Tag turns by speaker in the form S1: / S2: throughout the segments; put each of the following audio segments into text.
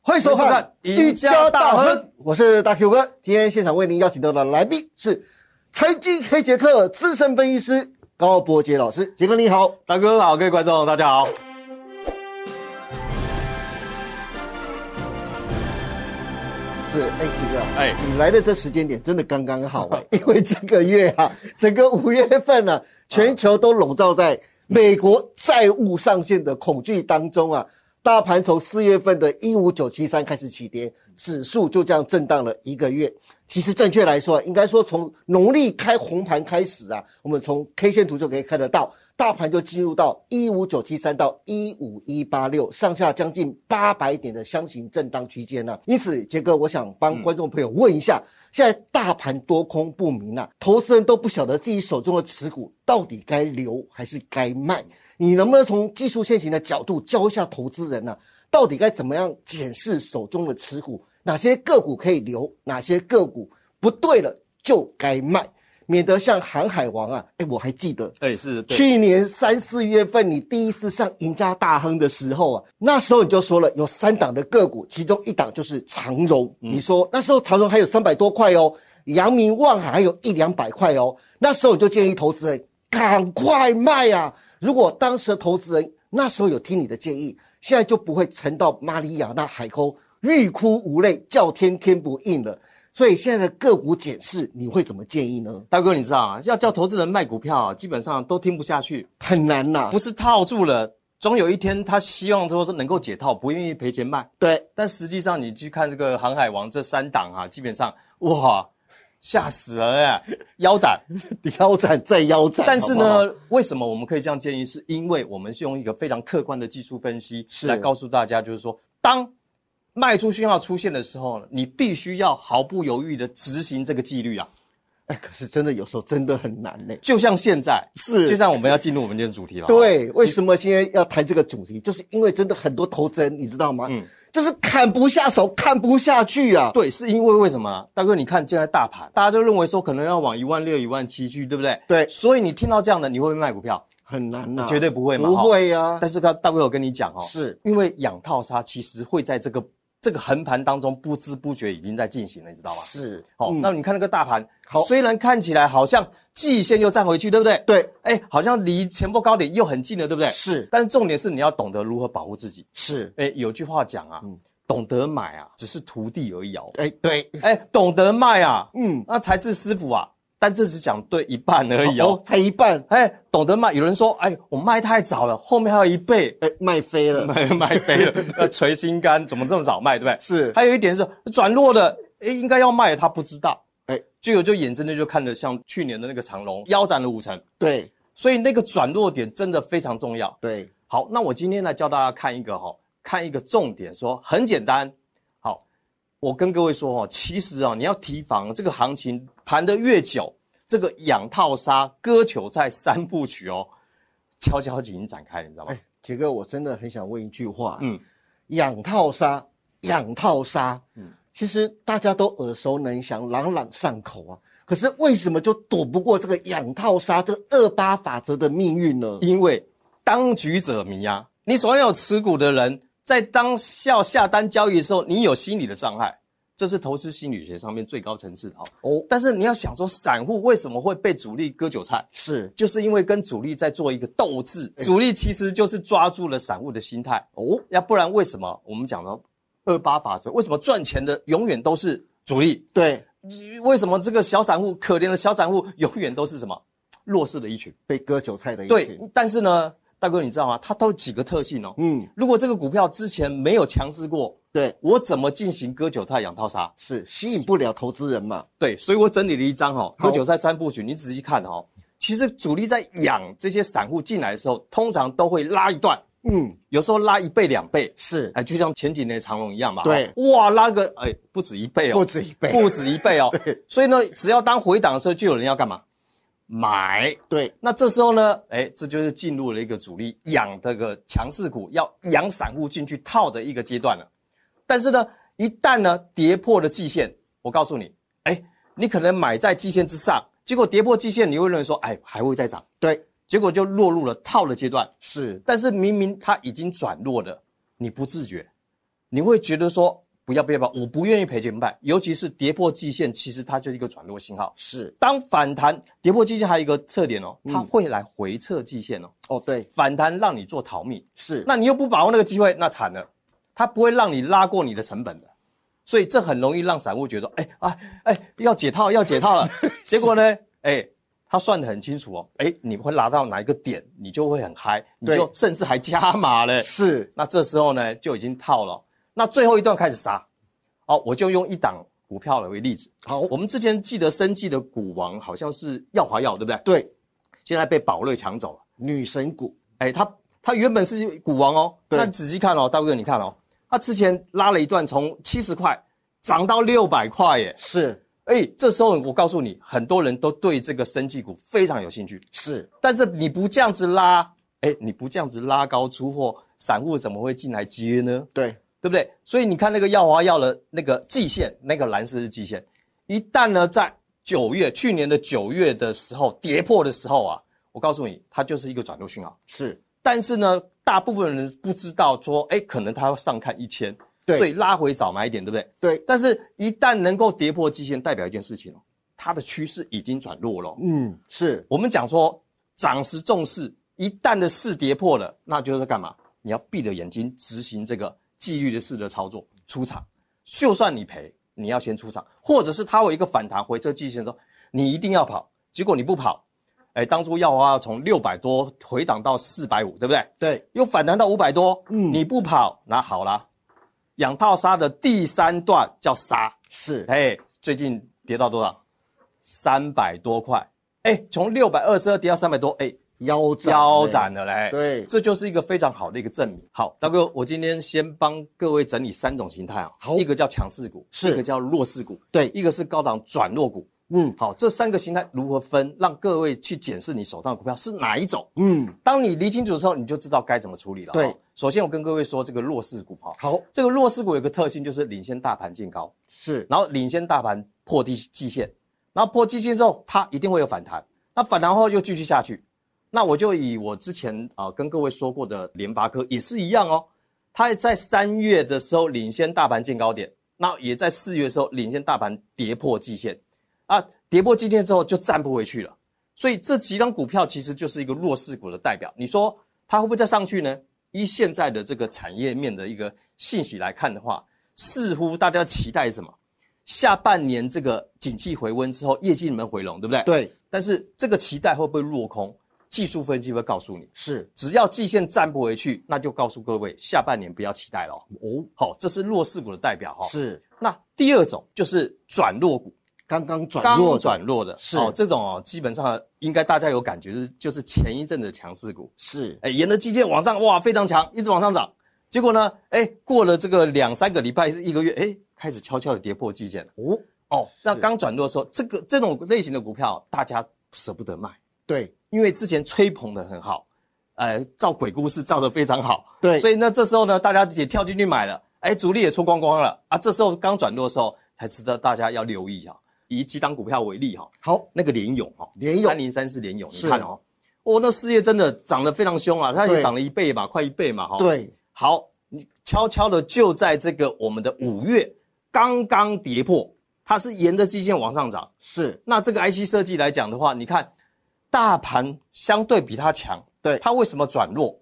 S1: 欢迎收看《
S2: 一家大亨》，我是大 Q 哥。今天现场为您邀请到的来宾是财经黑杰克资深分析师高博杰老师，杰哥你好。
S1: 大哥好，各位观众大家好。
S2: 是，哎，这个，哎
S1: 哎，
S2: 你来的这时间点真的刚刚好哎、因为这个月啊，整个五月份啊，全球都笼罩在美国债务上限的恐惧当中啊。大盘从四月份的一五九七三开始起跌，指数就这样震荡了一个月。其实正确来说啊，应该说从农历开红盘开始啊，我们从 K 线图就可以看得到，大盘就进入到一五九七三到一五一八六上下将近八百点的箱型震荡区间呢、因此，杰哥，我想帮观众朋友问一下，现在大盘多空不明啊，投资人都不晓得自己手中的持股到底该留还是该卖，你能不能从技术线型的角度教一下投资人呢、啊到底该怎么样检视手中的持股，哪些个股可以留，哪些个股不对了就该卖，免得像航海王啊，哎，我还记得。
S1: 哎，是对
S2: 去年三四月份，你第一次上赢家大亨的时候啊，那时候你就说了有三档的个股，其中一档就是长荣。你说那时候长荣还有三百多块哦，阳明、望海还有一两百块哦。那时候你就建议投资人赶快卖啊！如果当时的投资人那时候有听你的建议，现在就不会沉到马里亚纳海沟欲哭无泪，叫天天不应了。所以现在的个股检视，你会怎么建议呢？
S1: 大哥，你知道啊，要叫投资人卖股票啊，基本上都听不下去，
S2: 很难呐、
S1: 不是套住了，总有一天他希望说是能够解套，不愿意赔钱卖。
S2: 对，
S1: 但实际上，你去看这个航海王这三档啊，基本上哇，吓死了哎、腰斩。
S2: 腰斩再腰斩。
S1: 但是
S2: 好不好
S1: 呢，为什么我们可以这样建议？是因为我们是用一个非常客观的技术分析
S2: 是
S1: 来告诉大家，就是说，当卖出讯号出现的时候呢，你必须要毫不犹豫的执行这个纪律啊。
S2: 哎，可是真的有时候真的很难呢、
S1: 就像现在，
S2: 是
S1: 就像我们要进入我们今天的主题了。，
S2: 对，为什么今天要谈这个主题？就是因为真的很多投资人，你知道吗？嗯，就是砍不下手，看不下去啊。
S1: 对，是因为为什么啊？大哥，你看现在大盘，大家都认为说可能要往一万六、一万七去，对不对？
S2: 对
S1: 所以你听到这样的，你会不会卖股票？
S2: 很难呐、啊
S1: 绝对不会嘛
S2: 不会呀、啊。
S1: 但是刚大哥有跟你讲哦，
S2: 是
S1: 因为养套杀其实会在这个这个横盘当中不知不觉已经在进行了，你知道吗？
S2: 是，嗯
S1: 好、那你看那个大盘，
S2: 好
S1: 虽然看起来好像季线又站回去，对不对？，
S2: 对，
S1: 哎，好像离前波高点又很近了，对不对？
S2: 是
S1: 但是重点是你要懂得如何保护自己。
S2: 是，
S1: 哎，有句话讲啊，懂得买啊，只是徒弟而已哦。
S2: 哎，对，
S1: 哎，懂得卖啊，
S2: 嗯，
S1: 那才是师傅啊。但这只讲对一半而已哦。
S2: 才一半，
S1: 哎，懂得卖，有人说，哎，我卖太早了，后面还有一倍。
S2: 哎，卖飞了，
S1: 卖卖飞了， 要捶心肝，怎么这么早卖，对不对？
S2: 是
S1: 还有一点是转弱的，诶，应该要卖，他不知道，
S2: 哎，
S1: 就有就眼睁睁就看着像去年的那个长龙腰斩了五成，
S2: 对
S1: 所以那个转弱点真的非常重要。
S2: 对，
S1: 好，那我今天来教大家看一个哈、看一个重点说，很简单。好，我跟各位说哈、其实啊、你要提防这个行情盘得越久，这个养套杀、割韭菜三部曲哦，悄悄已经展开了，你知道吗？
S2: 哎，杰哥，我真的很想问一句话，
S1: 嗯，
S2: 养套杀，养套杀，嗯，其实大家都耳熟能详，朗朗上口啊。可是为什么就躲不过这个养套杀这个二八法则的命运呢？
S1: 因为当局者迷啊，你所有持股的人在当下下单交易的时候，你有心理的伤害，这是投资心理学上面最高层次的哦。
S2: 哦，
S1: 但是你要想说，散户为什么会被主力割韭菜？
S2: 是
S1: 就是因为跟主力在做一个斗智，主力其实就是抓住了散户的心态，
S2: 哦，
S1: 要不然为什么我们讲了二八法则？为什么赚钱的永远都是主力？
S2: 对，
S1: 为什么这个小散户可怜的小散户永远都是什么弱势的一群？
S2: 被割韭菜的一
S1: 对
S2: 群，，
S1: 但是呢，大哥你知道吗？它都有几个特性哦。
S2: 嗯，
S1: 如果这个股票之前没有强势过，
S2: 对，
S1: 我怎么进行割韭菜养套杀？
S2: 是吸引不了投资人嘛？
S1: 对，所以我整理了一张哦，
S2: 好
S1: 割韭菜三部曲，你仔细看哦。其实主力在养这些散户进来的时候，通常都会拉一段，
S2: 嗯，
S1: 有时候拉一倍两倍，
S2: 是
S1: 哎，就像前几年的长隆一样嘛。
S2: 对
S1: 哦，哇，拉个哎不止一倍哦，
S2: 不止一倍啊
S1: 不止一 倍哦。所以呢，只要当回档的时候，就有人要干嘛？买。
S2: 对，
S1: 那这时候呢，哎，这就是进入了一个主力养这个强势股，要养散户进去套的一个阶段了。但是呢，一旦呢跌破了季线，我告诉你，哎，你可能买在季线之上，结果跌破季线，你会认为说，哎，还会再涨，
S2: 对，
S1: 结果就落入了套的阶段。
S2: 是
S1: 但是明明它已经转弱了，你不自觉，你会觉得说不要不要不要，我不愿意赔钱卖，尤其是跌破季线，其实它就是一个转弱信号。
S2: 是
S1: 当反弹跌破季线，还有一个特点哦，它会来回测季线哦，
S2: 哦，对，
S1: 反弹让你做逃命，
S2: 是
S1: 那你又不把握那个机会，那惨了，它不会让你拉过你的成本的，所以这很容易让散户觉得，哎啊哎要解套要解套了，结果呢，哎。他算得很清楚哦，哎，你会拿到哪一个点，你就会很嗨，你
S2: 对
S1: 就甚至还加码嘞。
S2: 是
S1: 那这时候呢就已经套了。那最后一段开始杀，哦，我就用一档股票来为例子。
S2: 好，
S1: 我们之前记得生计的股王好像是耀华药，对不对？
S2: 对，
S1: 现在被宝瑞抢走了。
S2: 女神股
S1: 哎，他他原本是股王哦，
S2: 对
S1: 那仔细看哦，大哥你看哦，他之前拉了一段从七十块涨到六百块耶。
S2: 是
S1: 哎，这时候我告诉你，很多人都对这个生技股非常有兴趣，
S2: 是
S1: 但是你不这样子拉，哎，你不这样子拉高出货，散户怎么会进来接呢？
S2: 对，
S1: 对不对？所以你看那个耀华药的那个季线，那个蓝色是季线，一旦呢在九月去年的九月的时候跌破的时候啊，我告诉你，它就是一个转弱讯号。
S2: 是
S1: 但是呢，大部分人不知道说，哎，可能它要上看一千，
S2: 对
S1: 所以拉回早买一点，对不对？
S2: 对，
S1: 但是，一旦能够跌破季线，代表一件事情哦，它的趋势已经转弱了哦。
S2: 嗯，是
S1: 我们讲说涨时重视，一旦的势跌破了，那就是干嘛？你要闭着眼睛执行这个纪律的式的操作出场，就算你赔，你要先出场，或者是它有一个反弹回撤季线的时候，你一定要跑。结果你不跑，哎，当初耀华从六百多回档到四百五，对不对？
S2: 对，
S1: 又反弹到五百多，
S2: 嗯
S1: 你不跑，那好啦。养套杀的第三段叫杀，
S2: 是
S1: 哎，最近跌到多少？三百多块。哎，从六百二十二跌到三百多，哎，
S2: 腰斩哎
S1: 腰斩，了嘞。
S2: 对
S1: 这就是一个非常好的一个证明。好，大哥，我今天先帮各位整理三种形态啊，
S2: 好
S1: 一个叫强势股，
S2: 是
S1: 一个叫弱势股，
S2: 对
S1: 一个是高档转弱股。
S2: 嗯
S1: 好，这三个形态如何分，让各位去检视你手上的股票是哪一种。
S2: 嗯，
S1: 当你理清楚之后，你就知道该怎么处理了。
S2: 对
S1: 哦，首先我跟各位说，这个弱势股哈，
S2: 好
S1: 这个弱势股有个特性就是领先大盘见高，
S2: 是
S1: 然后领先大盘破地季线，然后破季线之后，它一定会有反弹，那反弹后就继续下去。那我就以我之前啊、呃跟各位说过的联发科也是一样哦，它在三月的时候领先大盘见高点，那也在四月的时候领先大盘跌破季线，啊，跌破季线之后就站不回去了。所以这几张股票其实就是一个弱势股的代表。你说它会不会再上去呢？依现在的这个产业面的一个信息来看的话，似乎大家期待什么？下半年这个景气回温之后，业绩你们回笼，对不对？。
S2: 对
S1: 但是这个期待会不会落空？技术分析会告诉你，
S2: 是
S1: 只要季线站不回去，那就告诉各位下半年不要期待了哦。
S2: 哦
S1: 好、这是弱势股的代表哈、哦。。
S2: 是
S1: 那第二种就是转弱股，
S2: 刚刚转弱
S1: 刚
S2: 的
S1: 转弱的，
S2: 是
S1: 哦，这种哦，基本上应该大家有感觉，就是就是前一阵的强势股，
S2: 是
S1: 哎，沿着基线往上，哇，非常强，一直往上涨。结果呢，哎，过了这个两三个礼拜，一个月，哎，开始悄悄的跌破基线了。
S2: 哦
S1: 哦，那
S2: 是
S1: 刚转弱的时候，这个这种类型的股票，大家舍不得卖，
S2: 对
S1: 因为之前吹捧的很好，呃，造鬼故事造的非常好，
S2: 对
S1: 所以呢，这时候呢，大家也跳进去买了，哎，主力也出光光了啊。这时候刚转弱的时候，才值得大家要留意啊。以几档股票为例哈、
S2: 好
S1: 那个联勇哈、哦，
S2: 联咏
S1: 三零三四联勇，你
S2: 是
S1: 看哦，哦，那事业真的涨得非常凶啊，它也
S2: 对
S1: 涨了一倍嘛，快一倍嘛哈、，
S2: 对
S1: 好，你悄悄的就在这个我们的五月刚刚跌破，它是沿着季线往上涨。
S2: 是
S1: 那这个 IC 设计来讲的话，你看大盘相对比它强，
S2: 对
S1: 它为什么转弱？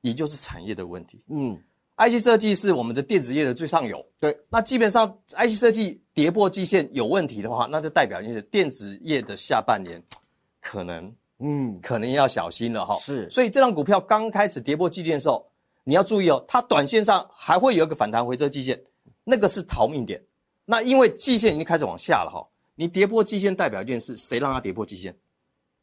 S1: 也就是产业的问题。
S2: 嗯
S1: IC 设计是我们的电子业的最上游。
S2: 对，
S1: 那基本上 IC 设计跌破季线有问题的话，那就代表就是电子业的下半年可能
S2: 嗯
S1: 可能要小心了哈。
S2: 是
S1: 所以这张股票刚开始跌破季线的时候，你要注意哦，它短线上还会有一个反弹回撤季线，那个是逃命点。那因为季线已经开始往下了哈，你跌破季线代表一件事，谁让它跌破季线？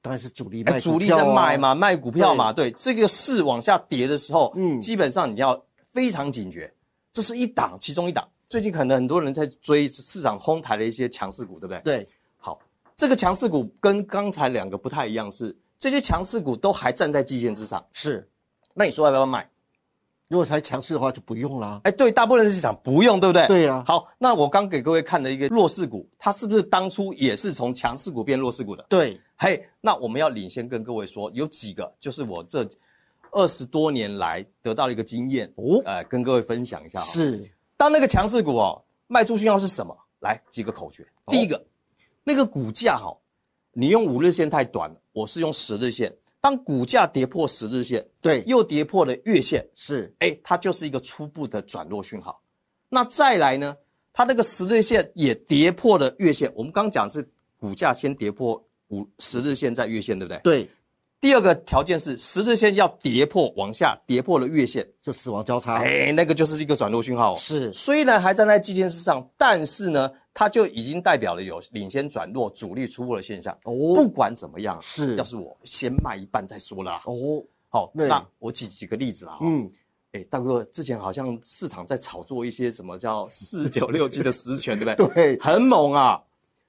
S2: 当然是主力
S1: 哎
S2: 卖
S1: 主力
S2: 股
S1: 在
S2: 票啊
S1: 卖嘛，卖股票嘛，对，这个市往下跌的时候，嗯，基本上你要非常警觉，这是一档，其中一档。最近可能很多人在追市场哄抬的一些强势股，对不对？
S2: 对
S1: 好，这个强势股跟刚才两个不太一样是，这些强势股都还站在季线之上。
S2: 是
S1: 那你说要不要卖？
S2: 如果才强势的话就不用啦
S1: 哎，对，大部分人是想不用，对不对？
S2: 对啊
S1: 好，那我刚给各位看的一个弱势股，它是不是当初也是从强势股变弱势股的？
S2: 对
S1: 嘿，那我们要领先跟各位说，有几个就是我这二十多年来得到的一个经验
S2: 哦
S1: 呃，跟各位分享一下哈。
S2: 是
S1: 当那个强势股哦卖出讯号是什么？来几个口诀，第一个，那个股价哈、哦，你用五日线太短了，我是用十日线。当股价跌破十日线，
S2: 对，
S1: 又跌破了月线，
S2: 是
S1: 哎，它就是一个初步的转弱讯号。那再来呢，它那个十日线也跌破了月线。我们刚讲是股价先跌破五十日线，再月线，对不对？
S2: 对，
S1: 第二个条件是十日线要跌破往下，跌破了月线，
S2: 就死亡交叉，
S1: 哎，那个就是一个转弱讯号、哦。
S2: 是
S1: 虽然还站在季线之上，但是呢，它就已经代表了有领先转弱、主力出货的现象。不
S2: 哦
S1: 管怎么样，
S2: 是
S1: 要是我先卖一半再说啦。
S2: 哦，
S1: 好、
S2: 对
S1: 那我举几个例子啦、哦。
S2: 嗯，
S1: 哎，大哥，之前好像市场在炒作一些什 么叫四九六 G 的实权，对不对？
S2: 对，
S1: 很猛啊，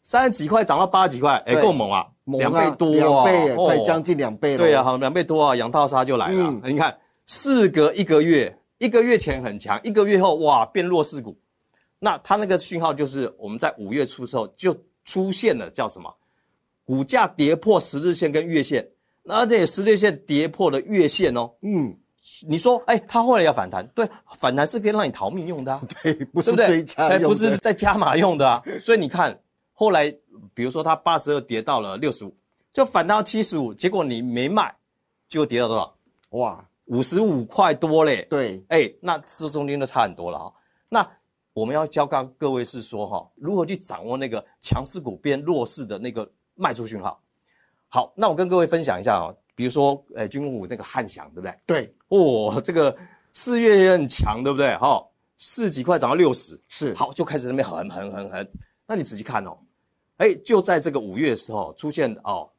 S1: 三十几块涨到八十几块，哎，
S2: 对
S1: 够猛啊，
S2: 猛
S1: 两
S2: 啊
S1: 倍多
S2: 两
S1: 啊，
S2: 倍耶，
S1: 哦
S2: 快将近两倍了。
S1: 对啊，，好，两倍多啊，养套杀就来了。
S2: 嗯
S1: 你看，事隔一个月，一个月前很强，一个月后哇变弱势股，那它那个讯号就是我们在五月初的时候就出现了叫什么？股价跌破十日线跟月线，那而且十日线跌破了月线哦。
S2: 嗯，
S1: 你说，哎，它后来要反弹，对，反弹是可以让你逃命用 的、啊，
S2: 对，不
S1: 对
S2: 是
S1: 不对？
S2: 追加
S1: 哎
S2: 用的，
S1: 不是在加码用的啊。所以你看，后来比如说它八十二跌到了六十五，就反到七十五，结果你没卖，结果跌到多少？
S2: 哇，
S1: 五十五块多嘞。
S2: 对，
S1: 哎，那这中间就差很多了哈、那我们要教刚各位是说哈、如何去掌握那个强势股变弱势的那个卖出讯号。好，那我跟各位分享一下哈、比如说，哎，军工股那个汉翔，对不对？
S2: 对，
S1: 哦，这个四月也很强，对不对？哈、四十几块涨到六十，
S2: 是，
S1: 好，就开始在那边横横横横。那你仔细看哦，哎，就在这个五月的时候出现哦，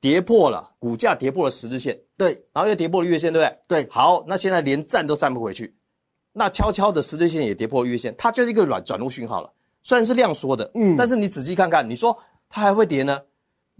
S1: 跌破了股价跌破了十日线，
S2: 对，
S1: 然后又跌破了月线，对不对？
S2: 对，
S1: 好，那现在连站都站不回去，那悄悄的十日线也跌破了月线，它就是一个软转入讯号了。虽然是量缩的，
S2: 嗯
S1: 但是你仔细看看，你说它还会跌呢？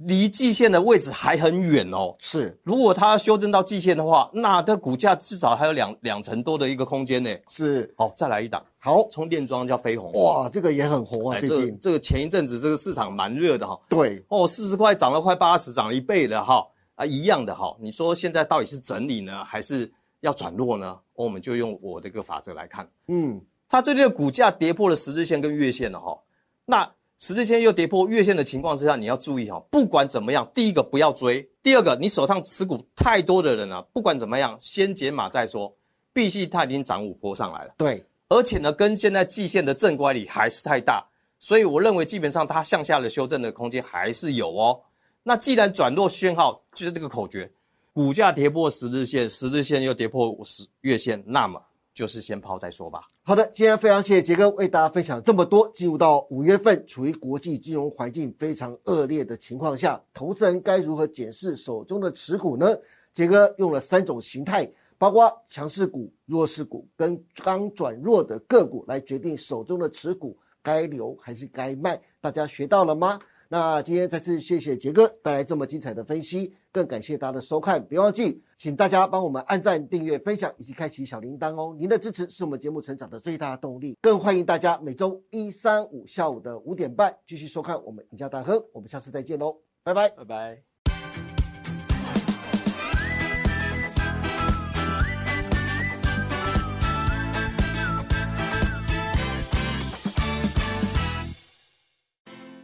S1: 离季线的位置还很远哦。
S2: 是
S1: 如果它修正到季线的话，那它股价至少还有两两成多的一个空间呢。
S2: 是，
S1: 好，再来一档，
S2: 好，
S1: 充电桩叫飞鸿。
S2: 哇，这个也很红啊，
S1: 哎，
S2: 最
S1: 这个
S2: 近，
S1: 这个前一阵子这个市场蛮热的哈、
S2: 对，
S1: 哦，四十块涨了快八十，涨了一倍了哈、啊，一样的哈、你说现在到底是整理呢，还是要转弱呢？哦，我们就用我的一个法则来看，
S2: 嗯，
S1: 它最近的股价跌破了十日线跟月线了哈、那十日线又跌破月线的情况之下，你要注意哈、不管怎么样，第一个不要追，第二个你手上持股太多的人啊，不管怎么样，先解码再说，毕竟它已经涨五波上来了。
S2: 对，
S1: 而且呢，跟现在季线的正乖离还是太大，所以我认为基本上它向下的修正的空间还是有哦。那既然转弱讯号就是这个口诀，股价跌破十日线，十日线又跌破十月线，那么就是先抛再说吧。
S2: 好的，今天非常谢谢杰哥为大家分享这么多。进入到五月份，处于国际金融环境非常恶劣的情况下，投资人该如何检视手中的持股呢？杰哥用了三种形态，包括强势股、弱势股跟刚转弱的个股来决定手中的持股该留还是该卖。大家学到了吗？那今天再次谢谢杰哥带来这么精彩的分析，更感谢大家的收看。别忘记，请大家帮我们按赞、订阅、分享以及开启小铃铛哦。您的支持是我们节目成长的最大动力。更欢迎大家每周一、三、五下午的五点半继续收看我们赢家大亨。我们下次再见喽，拜拜。
S1: 拜拜。